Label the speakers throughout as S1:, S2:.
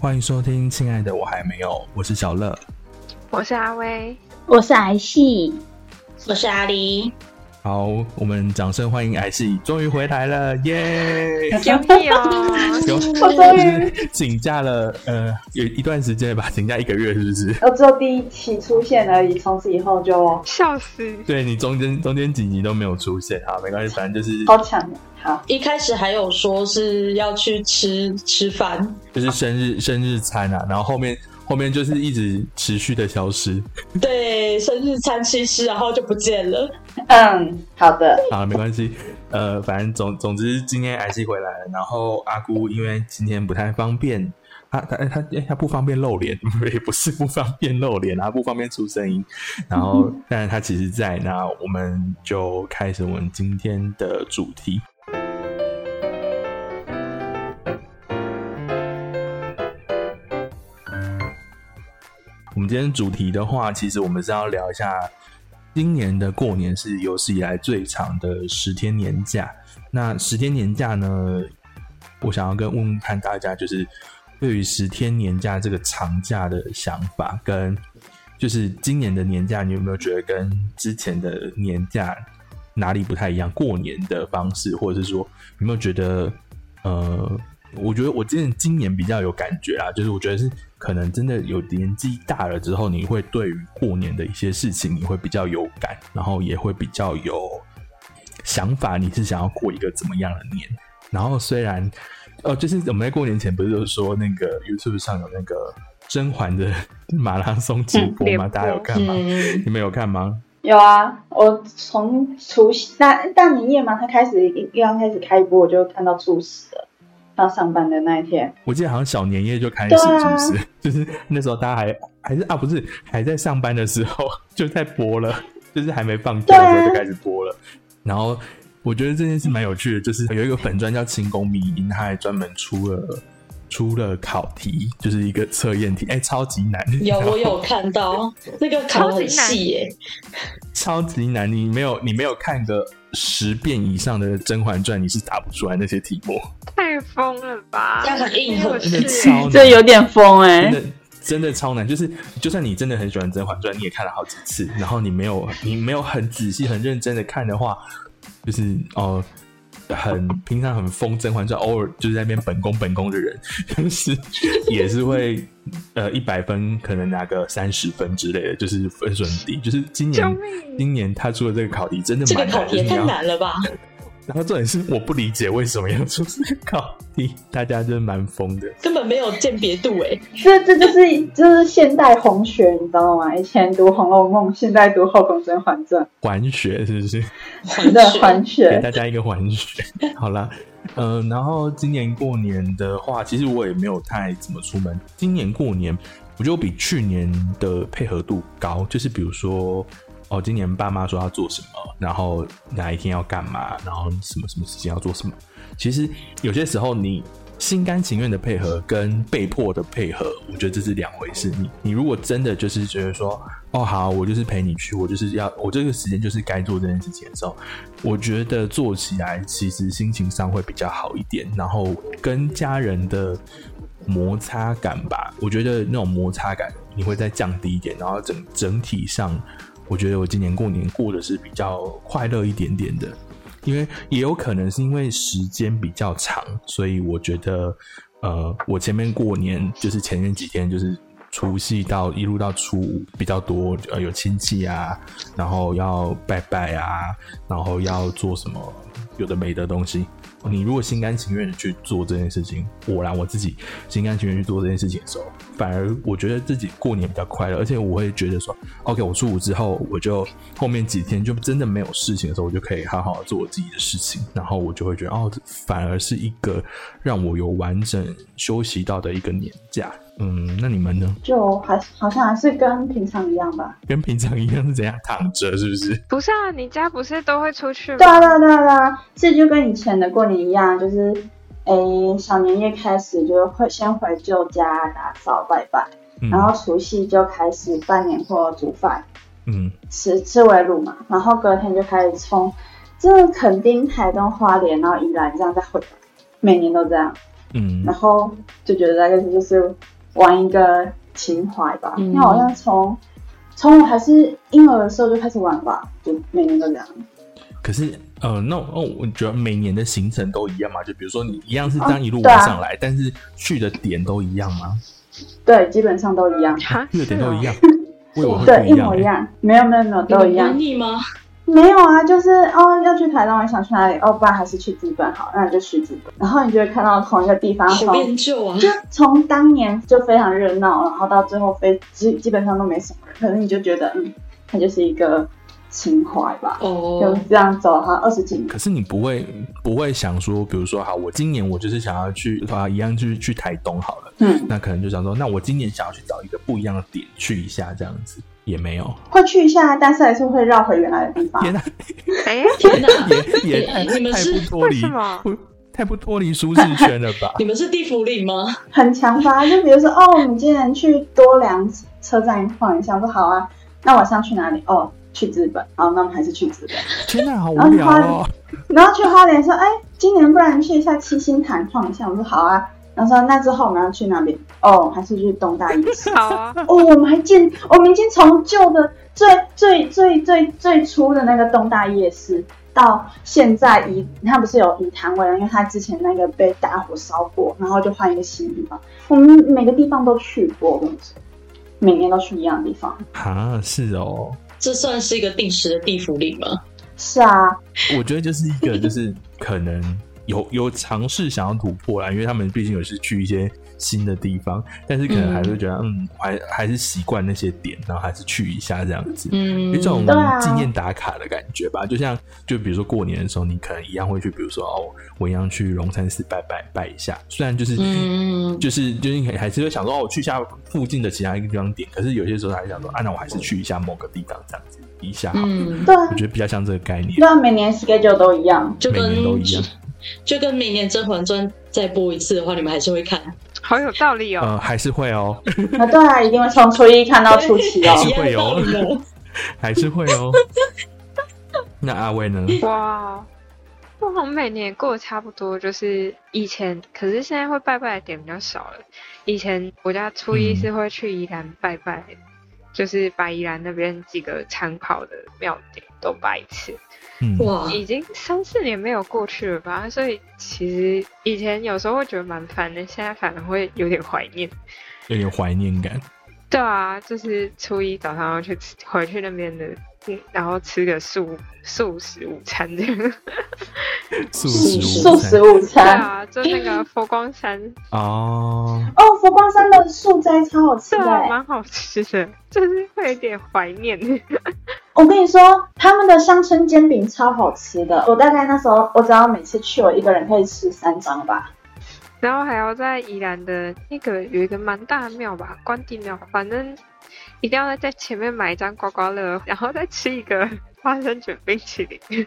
S1: 欢迎收听，亲爱的，我还没有，我是小乐，
S2: 我是阿威，
S3: 我是癌系，
S4: 我是阿狸。
S1: 好，我们掌声欢迎癌系，终于回来了，耶！
S2: 有屁哦！
S1: 有
S3: 我终于，
S1: 请假了，呃，有一段时间吧，请假一个月，是不是？
S3: 我只有第一期出现而已，从此以后就
S2: 笑死！
S1: 对你中间中间几集都没有出现，好，没关系，反正就是
S3: 超强的。好，
S4: 一开始还有说是要去吃吃饭，
S1: 就是生日生日餐啊，然后后面后面就是一直持续的消失，
S4: 对，生日餐吃一吃，然后就不见了。
S3: 嗯，好的，
S1: 好了，没关系。呃，反正总总之，今天癌系回来了。然后阿姑因为今天不太方便，她她她诶她不方便露脸， 也不是不方便露脸，啊她不方便出声音。然后，但是她其实在。那我们就开始我们今天的主题。我们今天主题的话，其实我们是要聊一下今年的过年是有史以来最长的十天年假。那十天年假呢，我想要跟问问看大家，就是对于十天年假这个长假的想法，跟就是今年的年假，你有没有觉得跟之前的年假哪里不太一样？过年的方式，或者是说有没有觉得呃？我觉得我今今年比较有感觉啊，就是我觉得是可能真的有年纪大了之后，你会对于过年的一些事情你会比较有感，然后也会比较有想法，你是想要过一个怎么样的年？然后虽然哦，就是我们在过年前不是有说那个 YouTube 上有那个甄嬛的马拉松直播
S2: 联
S1: 吗？
S2: 播
S1: 大家有看吗？
S4: 嗯，
S1: 你们有看吗？
S3: 有啊，我从除夕那大年夜嘛，他开始一刚开始开播，我就看到初十了，到上班的那一天，
S1: 我记得好像小年夜就开始，
S3: 对
S1: 是不
S3: 啊
S1: 是？ 就是那时候大家还还是啊，不是还在上班的时候就在播了， 就是还没放假的时候就
S3: 对啊
S1: 开始播了。然后我觉得这件事蛮有趣的，就是有一个粉专叫清宫迷音，他还专门出了出了考题，就是一个测验题，哎、超级难，
S4: 有我有看到那个考很细耶，
S1: 超级难，你没有你没有看个十遍以上的《甄嬛传》，你是答不出来那些题目，
S2: 太疯了吧！
S4: 这样很硬核
S1: 真的
S2: 是
S1: 超难。
S3: 点疯哎
S1: 真的真的超难，就是就算你真的很喜欢《甄嬛传》，你也看了好几次，然后你没有你没有很仔细、很认真的看的话，就是哦、很平常很疯《甄嬛传》，偶尔就是在那边本宫本宫的人，就是 也是会呃一百分可能拿个三十分之类的，就是分数很低。就是今
S2: 救
S1: 年
S2: 命！
S1: 今年他出的这个考题真的
S4: 这个
S1: 蛮难
S4: 考
S1: 的，
S4: 题也
S1: 就是
S4: 太
S1: 你要
S4: 难了吧？
S1: 然后重点是我不理解为什么要出这个考题，大家真的蛮疯的。
S4: 根本没有鉴别度哎。
S3: 这这就是就是现代红学，你知道吗？以前读《红楼梦》，现在读《后宫甄嬛传
S1: 还学是不是？》，
S3: 真的还
S1: 给
S3: 学。
S1: 大家一个还学。 好啦，嗯、然后今年过年的话，其实我也没有太怎么出门。今年过年，我觉得我比去年的配合度高，就是比如说，哦，今年爸妈说要做什么，然后哪一天要干嘛，然后什么什么事情要做什么。其实有些时候你。心甘情愿的配合跟被迫的配合，我觉得这是两回事。你你如果真的就是觉得说，哦好，我就是陪你去，我就是要我这个时间就是该做这件事情的时候，我觉得做起来其实心情上会比较好一点，然后跟家人的摩擦感吧，我觉得那种摩擦感你会再降低一点，然后整整体上，我觉得我今年过年过的是比较快乐一点点的，因为也有可能是因为时间比较长，所以我觉得，呃，我前面过年就是前面几天就是。除夕到一路到初五比较多，呃，有亲戚啊，然后要拜拜啊，然后要做什么有的没的东西。你如果心甘情愿的去做这件事情，我啦我自己心甘情愿去做这件事情的时候，反而我觉得自己过年比较快乐，而且我会觉得说，OK，我初五之后，我就后面几天就真的没有事情的时候，我就可以好好地做我自己的事情，然后我就会觉得，哦，这反而是一个让我有完整休息到的一个年假。嗯，那你们呢？
S3: 就还好像还是跟平常一样吧。
S1: 跟平常一样是怎样躺着是不是？
S2: 不是啊，你家不是都会出去
S3: 对
S2: 吗？
S3: 啊，对啊，对啊，对啊，这就跟以前的过年一样，就是，诶，小年夜开始就会先回舅家打扫拜拜，
S1: 嗯
S3: 然后除夕就开始拜年或煮饭，
S1: 嗯，
S3: 吃吃围炉嘛，然后隔天就开始冲，这垦丁、台东、花莲，然后宜兰这样再回来，每年都这样。
S1: 嗯
S3: 然后就觉得大概就是玩一个情怀吧。
S4: 嗯
S3: 那好像从从我还是婴儿的时候就开始玩吧，就每年都这样。
S1: 可是呃，那我哦，我觉得每年的行程都一样嘛，就比如说你一样是这样一路
S3: 对啊
S1: 玩上来，但是去的点都一样吗？
S3: 对，基本上都一样。
S2: 哈
S1: 去的点都一样，我以为会
S3: 啊对，
S1: 不
S3: 一
S1: 一样、
S3: 模一
S1: 欸。
S3: 样。没有没有没有，都一
S4: 你
S3: 样。
S4: 腻吗？
S3: 没有啊，就是哦，要去台东，你想去哪里？哦，不然还是去日本好，那你就去日本。然后你就会看到同一个地方，
S4: 好
S3: 从
S4: 变旧啊！
S3: 就从当年就非常热闹，然后到最后非基基本上都没什么人，可能你就觉得嗯，它就是一个情怀吧，就
S4: 哦，
S3: 这样走哈二十几年。
S1: 可是你不会不会想说，比如说，好，我今年我就是想要去啊，一样去去台东好了，
S3: 嗯，
S1: 那可能就想说，那我今年想要去找一个不一样的点去一下，这样子也没有，
S3: 会去一下，但是还是会绕回原来的地方。
S1: 天哪、
S2: 哎，
S4: 天哪！
S1: 也也
S4: 你
S1: 太
S4: 你们
S1: 太
S4: 是？
S1: 不脱
S2: 为
S1: 离
S2: 什么
S1: 不太不脱离舒适圈了吧
S4: 你们是地府里吗？
S3: 很强吧？就比如说，哦，我们今天去多良车站晃一下，我说好啊，那晚上去哪里？哦，去日本。好，那我们还是去日本。
S1: 天哪、好无
S3: 啊
S1: 聊哦！
S3: 然后去花莲说，哎，今年不然去一下七星潭晃一下，我说好啊。然后说那之后我们要去哪里？哦，还是去东大夜市。
S2: 好 啊，
S3: 哦，我们还见，我们已经从旧的最最最最最初的那个东大夜市，到现在以它不是有以摊位了，因为它之前那个被大火烧过，然后就换一个新地方。我们每个地方都去过，我跟你说，每年都去一样的地方。
S1: 啊，是哦，
S4: 这算是一个定时的地府里吗？
S3: 是啊，
S1: 我觉得就是一个就是可能有有尝试想要突破啦，因为他们毕竟有是去一些新的地方，但是可能还是觉得嗯还还是习惯那些点，然后还是去一下这样子。
S4: 嗯，
S1: 一种
S3: 对啊
S1: 纪念打卡的感觉吧，就像就比如说过年的时候，你可能一样会去，比如说哦，我一样去龙山寺拜拜拜一下。虽然就是、
S4: 嗯
S1: 就是就是你还是会想说哦，我去一下附近的其他一个地方点，可是有些时候还是想说，啊，那我还是去一下某个地方这样子一下好了。
S4: 嗯，
S3: 对啊
S1: 我，觉得比较像这个概念
S3: 对，啊，每年 schedule 都一样。
S4: 就
S1: 每
S4: 跟
S1: 年都一样。
S4: 就跟每年《甄嬛传》再播一次的话，你们还是会看。
S2: 好有道理哦。
S1: 呃，还是会哦，
S3: 啊，对啊，一定会从初一看到初七哦。
S1: 是会有
S4: 一样的道理呢
S1: 还是会哦。那阿威呢？
S2: 哇，我好像每年也过得差不多，就是以前，可是现在会拜拜的点比较少了。以前我家初一
S1: 嗯
S2: 是会去宜兰拜拜，就是把宜兰那边几个常跑的庙点都拜一次。
S1: 嗯，
S4: 哇，
S2: 已经三四年没有过去了吧，所以其实以前有时候会觉得蛮烦的，现在反而会有点怀念。
S1: 有点怀念感。
S2: 对啊，就是初一早上要去吃回去那边的，嗯然后吃个素素食午餐这样。
S1: 素
S4: 食
S1: 食
S3: 素
S1: 午
S3: 食
S1: 餐
S3: 午
S2: 对
S3: 餐
S2: 啊，就那个佛光山，
S1: 哦，
S3: 哦，佛光山的素斋超好吃
S2: 对
S3: 的、
S2: 啊，
S3: 欸。
S2: 蛮好吃的，就是会有点怀念。
S3: 我跟你说，他们的乡村煎饼超好吃的。我大概那时候，我只要每次去，我一个人可以吃三张吧。
S2: 然后还要在宜兰的那个有一个蛮大的庙吧，关帝庙，反正一定要在前面买一张刮刮乐，然后再吃一个花生卷冰淇淋。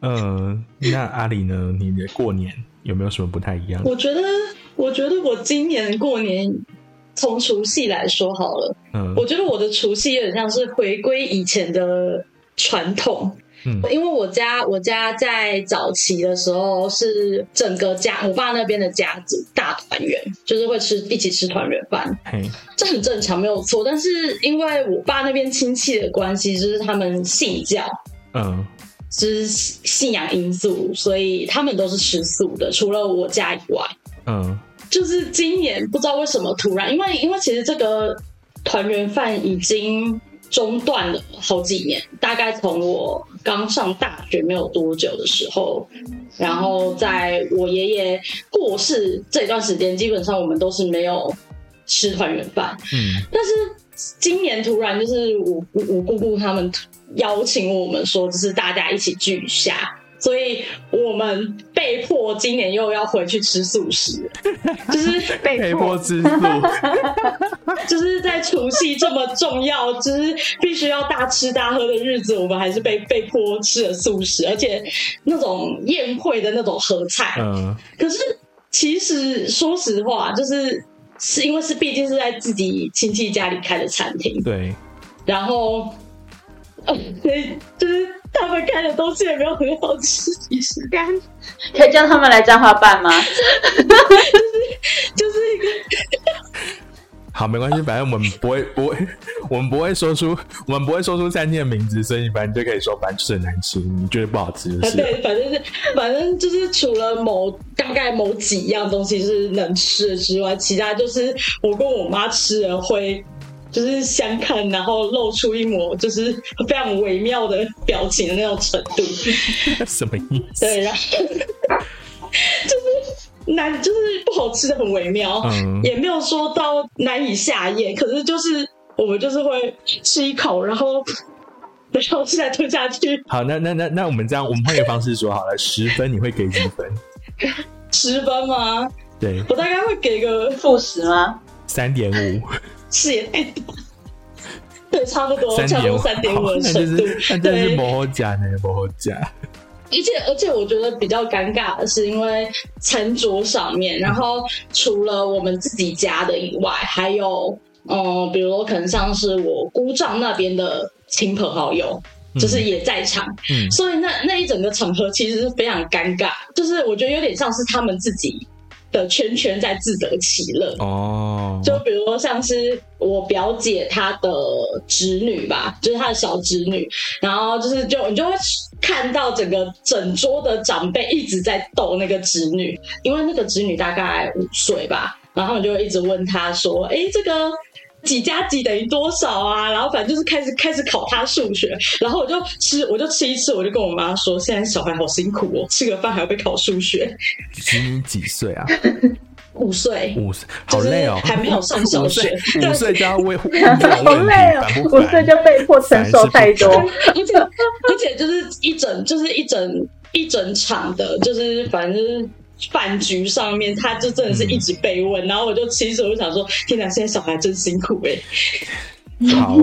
S1: 呃，那阿里呢？你的过年有没有什么不太一样？
S4: 我觉得，我觉得我今年过年，从除夕来说好了，
S1: 嗯
S4: 我觉得我的除夕有点像是回归以前的传统，
S1: 嗯
S4: 因为我家我家在早期的时候是整个家我爸那边的家族大团圆，就是会吃一起吃团圆饭，
S1: 嘿，
S4: 这很正常没有错。但是因为我爸那边亲戚的关系，就是他们信教，
S1: 嗯
S4: 就是信仰因素，所以他们都是吃素的，除了我家以外。
S1: 嗯
S4: 就是今年不知道为什么突然，因为因为其实这个团圆饭已经中断了好几年，大概从我刚上大学没有多久的时候，然后在我爷爷过世这段时间，基本上我们都是没有吃团圆饭。
S1: 嗯
S4: 但是今年突然就是我我我姑姑他们邀请我们说，就是大家一起聚一下，所以我们被迫今年又要回去吃素食， 就是
S2: 被
S1: 被
S2: 迫
S1: 迫之路，
S4: 就是在除夕这么重要，就是必须要大吃大喝的日子，我们还是被被迫吃了素食，而且那种宴会的那种合菜，
S1: 嗯
S4: 可是其实说实话，就是。是因为是毕竟是在自己亲戚家里开的餐厅，
S1: 对，
S4: 然后，呃，所以就是他们开的东西也没有很好吃，也是
S2: 干
S3: 可以叫他们来彰化 办吗？
S4: 就是一个
S1: 好，没关系，反正我们不会，不会，我们不会说出，我们不会说出餐厅的名字，所以反正就可以说，反正就是很难吃，你觉得不好吃就
S4: 啊，
S1: 是了。
S4: 对，反正是反正就是除了某大概某几样东西是能吃的之外，其他就是我跟我妈吃了会就是相看，然后露出一抹就是非常微妙的表情的那种程度。
S1: 什么意思？
S4: 对，然后就是难，就是不好吃的很微妙，
S1: 嗯
S4: 也没有说到难以下咽，可是就是我们就是会吃一口，然后然后现在吞下去
S1: 好，那那那那我们这样，我们换一个方式说 好了，十分你会给几分？
S4: 十分吗？
S1: 对，
S4: 我大概会给个
S3: 副食吗？
S1: 三点五，
S4: 是也太多，哎对，差不多，差不
S1: 点五，
S4: 多三点五
S1: 好
S4: 的
S1: 那就
S4: 程度
S1: 是那，真的是
S4: 对。
S1: 摩好假呢，摩好假。
S4: 而且而且，我觉得比较尴尬的是，因为餐桌上面，然后除了我们自己家的以外，还有嗯，比如说可能像是我姑丈那边的亲朋好友，就是也在场，
S1: 嗯
S4: 所以那那一整个场合其实是非常尴尬，就是我觉得有点像是他们自己的圈圈在自得其乐。
S1: 哦，
S4: 就比如说像是我表姐她的侄女吧，就是她的小侄女，然后就是就你就会看到整个整桌的长辈一直在逗那个侄女，因为那个侄女大概五岁吧，然后我就会一直问她说：“哎，这个。”几加几等于多少啊？然后反正就是开始开始考她数学，然后我就吃我就吃一次，我就跟我妈说，现在小孩好辛苦哦，吃个饭还要被考数学，
S1: 侄女几岁啊？
S4: 五岁，
S1: 五岁，好
S4: 就是
S1: 累哦，
S4: 还没有上小
S1: 五岁
S4: 学
S1: 五岁就要为问
S3: 好 累哦
S1: 反，不
S3: 五岁
S1: 烦
S3: 就被迫承受太多
S1: 烦。
S4: 而且而且就是一整就是一整一整场的，就是反正就是饭局上面，他就真的是一直被问，然后我就其实我就想说，天哪，现在小孩真辛苦哎、
S1: 好，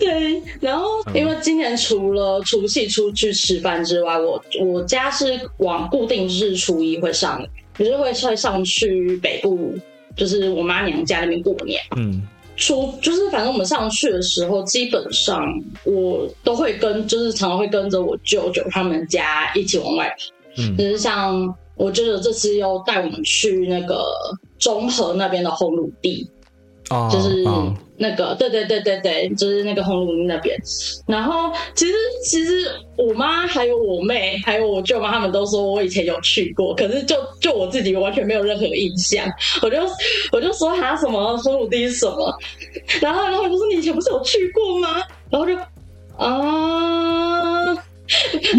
S4: 对，然后因为今年除了除夕出去吃饭之外，我我家是往固定日初一会上，就是会会上去北部，就是我妈娘家那边过年。
S1: 嗯
S4: 出就是反正我们上去的时候，基本上我都会跟，就是常常会跟着我舅舅他们家一起往外跑。就
S1: 嗯
S4: 是像我舅舅这次又带我们去那个中和那边的红鲁地，
S1: 哦，
S4: 就是
S1: 哦
S4: 那个、对对对对对，就是那个红鲁地那边。然后其实其实我妈还有我妹还有我舅妈他们都说我以前有去过，可是就就我自己完全没有任何印象。我就我就说他什么红鲁地是什么，然后然后我就说你以前不是有去过吗？然后就啊。 没有没有没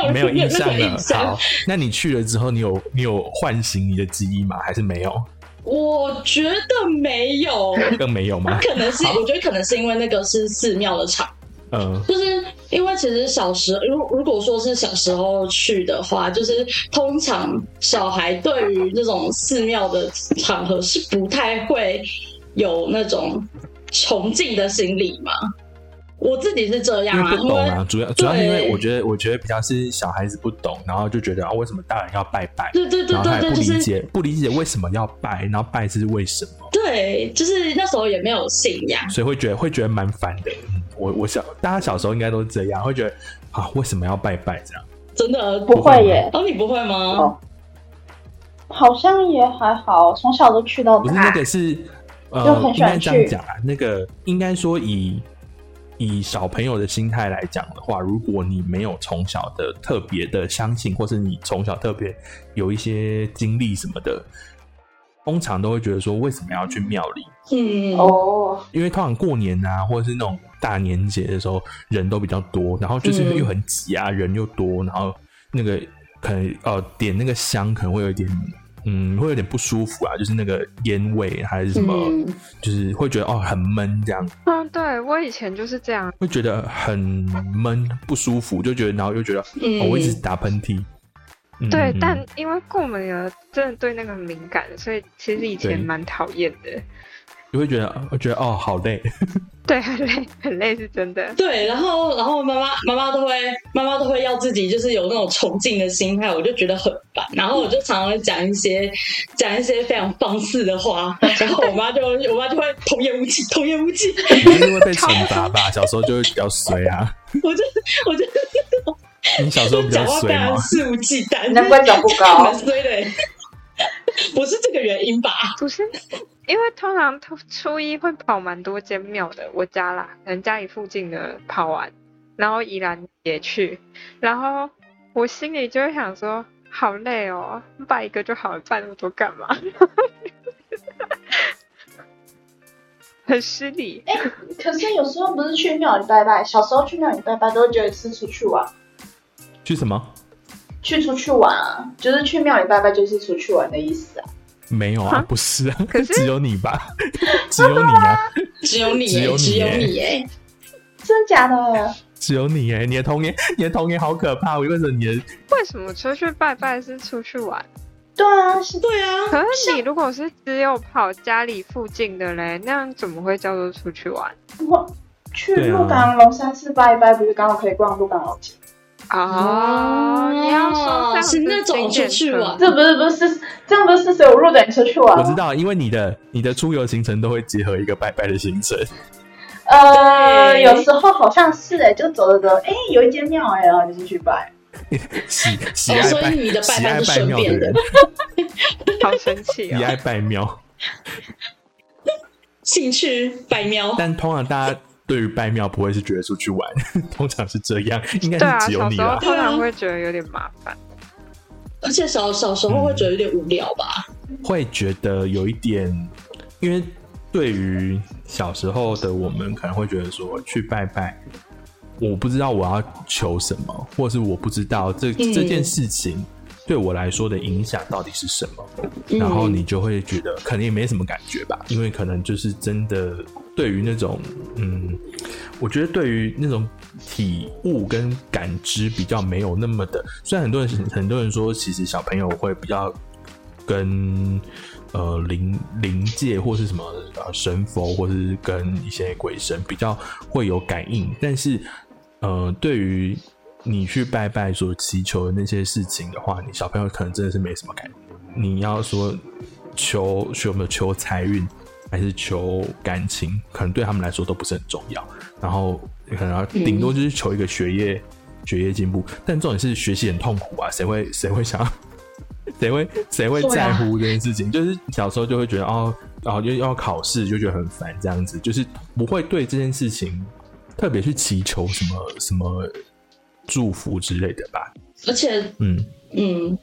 S4: 有
S1: 没有印
S4: 任何
S1: 象了
S4: 印。象
S1: 好，那你去了之后，你有你有唤醒你的记忆吗？还是没有？
S4: 我觉得没有，
S1: 更没有吗？
S4: 可能是我觉得可能是因为那个是寺庙的场，
S1: 嗯
S4: 就是因为其实小时如如果说是小时候去的话，就是通常小孩对于那种寺庙的场合是不太会有那种崇敬的心理嘛。我自己是这样
S1: 因为
S4: 啊，
S1: 不
S4: 因
S1: 懂
S4: 为
S1: 啊，主要主要是因为
S4: 对
S1: 我觉得，我觉得比较是小孩子不懂，然后就觉得啊，为什么大人要拜拜？
S4: 对对对
S1: 然后他也
S4: 对对，
S1: 不
S4: 就
S1: 理
S4: 是
S1: 解，不理解为什么要拜，然后拜是为什么，
S4: 对，就是那时候也没有信仰。
S1: 所以会觉得会觉得蛮烦的。嗯我我小大家小时候应该都这样，会觉得啊，为什么要拜拜这样？
S4: 真的
S3: 不会耶，
S4: 哦，你不会
S2: 嗯
S4: 吗？
S3: 哦好像也还好，从小都去到
S1: 不是那
S3: 大。
S1: 个是、
S3: 就
S1: 呃，
S3: 很
S1: 应
S3: 喜欢
S1: 该这样
S3: 去
S1: 讲啊，那个应该说以以小朋友的心态来讲的话，如果你没有从小的特别的相信，或是你从小特别有一些经历什么的，通常都会觉得说为什么要去庙里？
S4: 嗯，
S3: 哦，
S1: 因为通常过年啊，或者是那种大年节的时候，人都比较多，然后就是
S4: 嗯
S1: 又很挤啊，人又多，然后那个可能呃点那个香可能会有一点，嗯，会有点不舒服啊，就是那个烟味还是什么，
S4: 嗯
S1: 就是会觉得哦很闷这样，
S2: 嗯，对我以前就是这样，
S1: 会觉得很闷不舒服，就觉得然后又觉得、哦、
S4: 嗯
S1: 我一直打喷嚏，嗯
S2: 对，
S1: 嗯
S2: 但
S1: 嗯
S2: 因为过门儿真的对那个很敏感，所以其实以前
S1: 对
S2: 蛮讨厌的。
S1: 就会觉得我觉得哦好 累，
S2: 对，很累， 很累是真的。
S4: 对，然后然后妈妈妈妈都会妈妈都会要自己就是有那种崇敬的心态，我就觉得很烦。然后我就常常会讲一些 讲一些非常放肆的话，然后我妈就我妈就会童言无忌，童言无忌。
S1: 就是会被惩罚吧。小时候就会比较衰啊，
S4: 我就我就
S1: 你小时候比较
S4: 讲话非
S1: 衰
S4: 常
S1: 吗？
S4: 肆无忌惮，
S3: 难怪长不高
S4: 蛮衰的欸。不是这个原因吧？
S2: 不是，因为通常初初一会跑蛮多间庙的，我家啦，可能家里附近的跑完，然后宜兰也去，然后我心里就会想说，好累哦，拜一个就好了，拜那么多干嘛？ 很失礼，
S3: 可是有时候不是去庙里拜拜，小时候去庙里拜拜都会觉得是出去玩，
S1: 去什么？
S3: 去出去玩啊，就是去庙里拜拜就是出去玩的意思啊。
S1: 没有啊
S2: 哈，
S1: 不是啊
S2: 可，是
S1: 只有你 吧，只有你啊，
S4: 只有你
S1: 只
S4: 欸，
S1: 有
S4: 只
S1: 你
S4: 有
S1: 欸
S4: 你哎，
S3: 真的假的？
S1: 只有你哎，你的童年，你的童年好可怕，为什么你的
S2: 为什么出去拜拜是出去玩？
S3: 对啊，是
S4: 对啊，
S2: 可是你如果是只有跑家里附近的嘞，那样怎么会叫做出去玩
S3: 我去
S1: 对啊
S3: 鹿港龙山寺拜一拜，不是刚好可以逛鹿港老街？
S1: 嗯
S2: 哦，你要说这样
S4: 是
S2: 子
S4: 那
S2: 景
S4: 种
S2: 点
S4: 出去
S2: 村
S4: 玩
S3: 这不是不是这样不是谁？我入等你出去玩啊
S1: 我知
S3: 吗？
S1: 道，因为你的你的出游行程都会结合一个拜拜的行程，
S3: 呃，
S4: 对
S3: 有时候好像是哎、就走着走，哎、有一间庙哎，然后就进去拜。
S1: 喜喜
S4: 哦
S1: 爱
S4: 所以
S1: 拜
S4: 你的拜
S1: 喜
S4: 拜
S1: 爱
S4: 是
S1: 拜
S4: 顺
S1: 庙
S4: 便
S1: 的
S4: 的
S1: 人，
S2: 好神 奇
S1: 喜
S2: 哦！
S1: 爱拜庙。
S4: 兴趣百喵。
S1: 但通常大家对于拜庙不会是觉得出去玩， 通常是这样，应
S2: 对啊，
S1: 该是只有
S2: 小
S1: 你
S2: 时候
S1: 啦。
S2: 通常会觉得有点麻烦，
S4: 而且小小时候会觉得有点无聊吧？
S1: 会觉得有一点，因为对于小时候的我们，可能会觉得说去拜拜，我不知道我要求什么，或是我不知道这、
S4: 嗯
S1: 这件事情对我来说的影响到底是什么，
S4: 嗯
S1: 然后你就会觉得可能也没什么感觉吧，因为可能就是真的对于那种嗯，我觉得对于那种体悟跟感知比较没有那么的，虽然很多人很多人说，其实小朋友会比较跟呃灵灵界或是什么呃神佛，或是跟一些鬼神比较会有感应，但是呃，对于你去拜拜所祈求的那些事情的话，你小朋友可能真的是没什么感应。你要说求求没有求财运，还是求感情，可能对他们来说都不是很重要。然后可能要顶多就是求一个学业、学业进步，但重点是学习很痛苦啊，谁会谁会想 要？谁会谁会
S4: 对
S1: 在
S4: 啊
S1: 乎这件事情？就是小时候就会觉得哦哦，又要考试就觉得很烦，这样子就是不会对这件事情特别去祈求什么什么祝福之类的吧。
S4: 而且，
S1: 嗯，
S4: 嗯，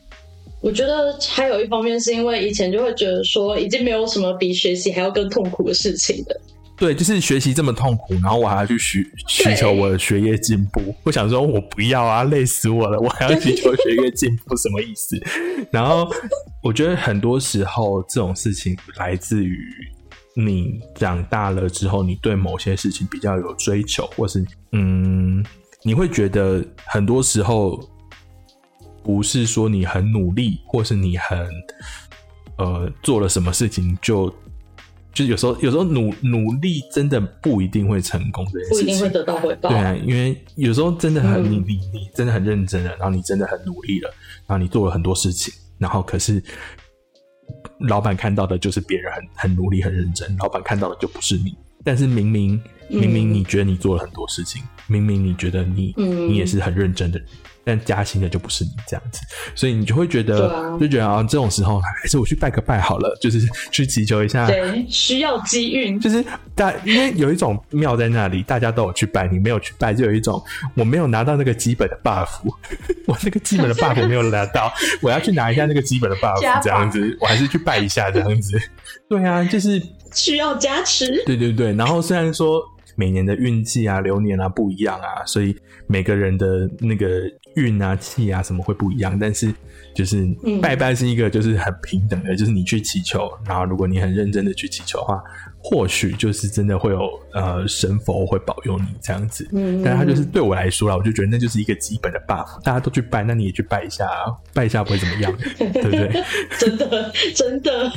S4: 我觉得还有一方面是因为以前就会觉得说，已经没有什么比学习还要更痛苦的事情了。
S1: 对，就是学习这么痛苦，然后我还要去需需求我的学业进步。我想说，我不要啊，累死我了，我还要去求学业进步， 什么意思？然后我觉得很多时候这种事情来自于你长大了之后，你对某些事情比较有追求，或是嗯，你会觉得很多时候不是说你很努力，或是你很呃做了什么事情就。就是有时候，有时候努努力真的不一定会成功这件事
S4: 不
S1: 情，
S4: 一定会得到回报。
S1: 对啊，因为有时候真的很、
S4: 嗯
S1: 你你你真的很认真了，然后你真的很努力了，然后你做了很多事情，然后可是老板看到的就是别人很很努力很认真，老板看到的就不是你。但是明明明明
S4: 嗯
S1: 你觉得你做了很多事情，明明你觉得你、
S4: 嗯
S1: 你也是很认真的人，但加薪的就不是你这样子，所以你就会觉得、
S4: 对啊
S1: 就觉得啊，这种时候还是我去拜个拜好了，就是去祈求一下
S4: 对，需要机运。
S1: 就是大，因为有一种庙在那里，大家都有去拜，你没有去拜，就有一种我没有拿到那个基本的 buff，我那个基本的 buff 没有拿到，我要去拿一下那个基本的
S3: 加
S1: buff，
S3: 法
S1: 这样子，我还是去拜一下这样子。对啊，就是
S4: 需要加 持，
S1: 对对对。然后虽然说每年的运气啊、流年啊不一样啊，所以每个人的那个运啊、气啊什么会不一样，但是就是
S4: 嗯
S1: 拜拜是一个就是很平等的，就是你去祈求，然后如果你很认真的去祈求的话，或许就是真的会有呃神佛会保佑你这样子。
S4: 嗯
S1: 但他就是对我来说啦，我就觉得那就是一个基本的 buff，大家都去拜，那你也去拜一下、啊，拜一下不会怎么样，对不对？
S4: 真的真的。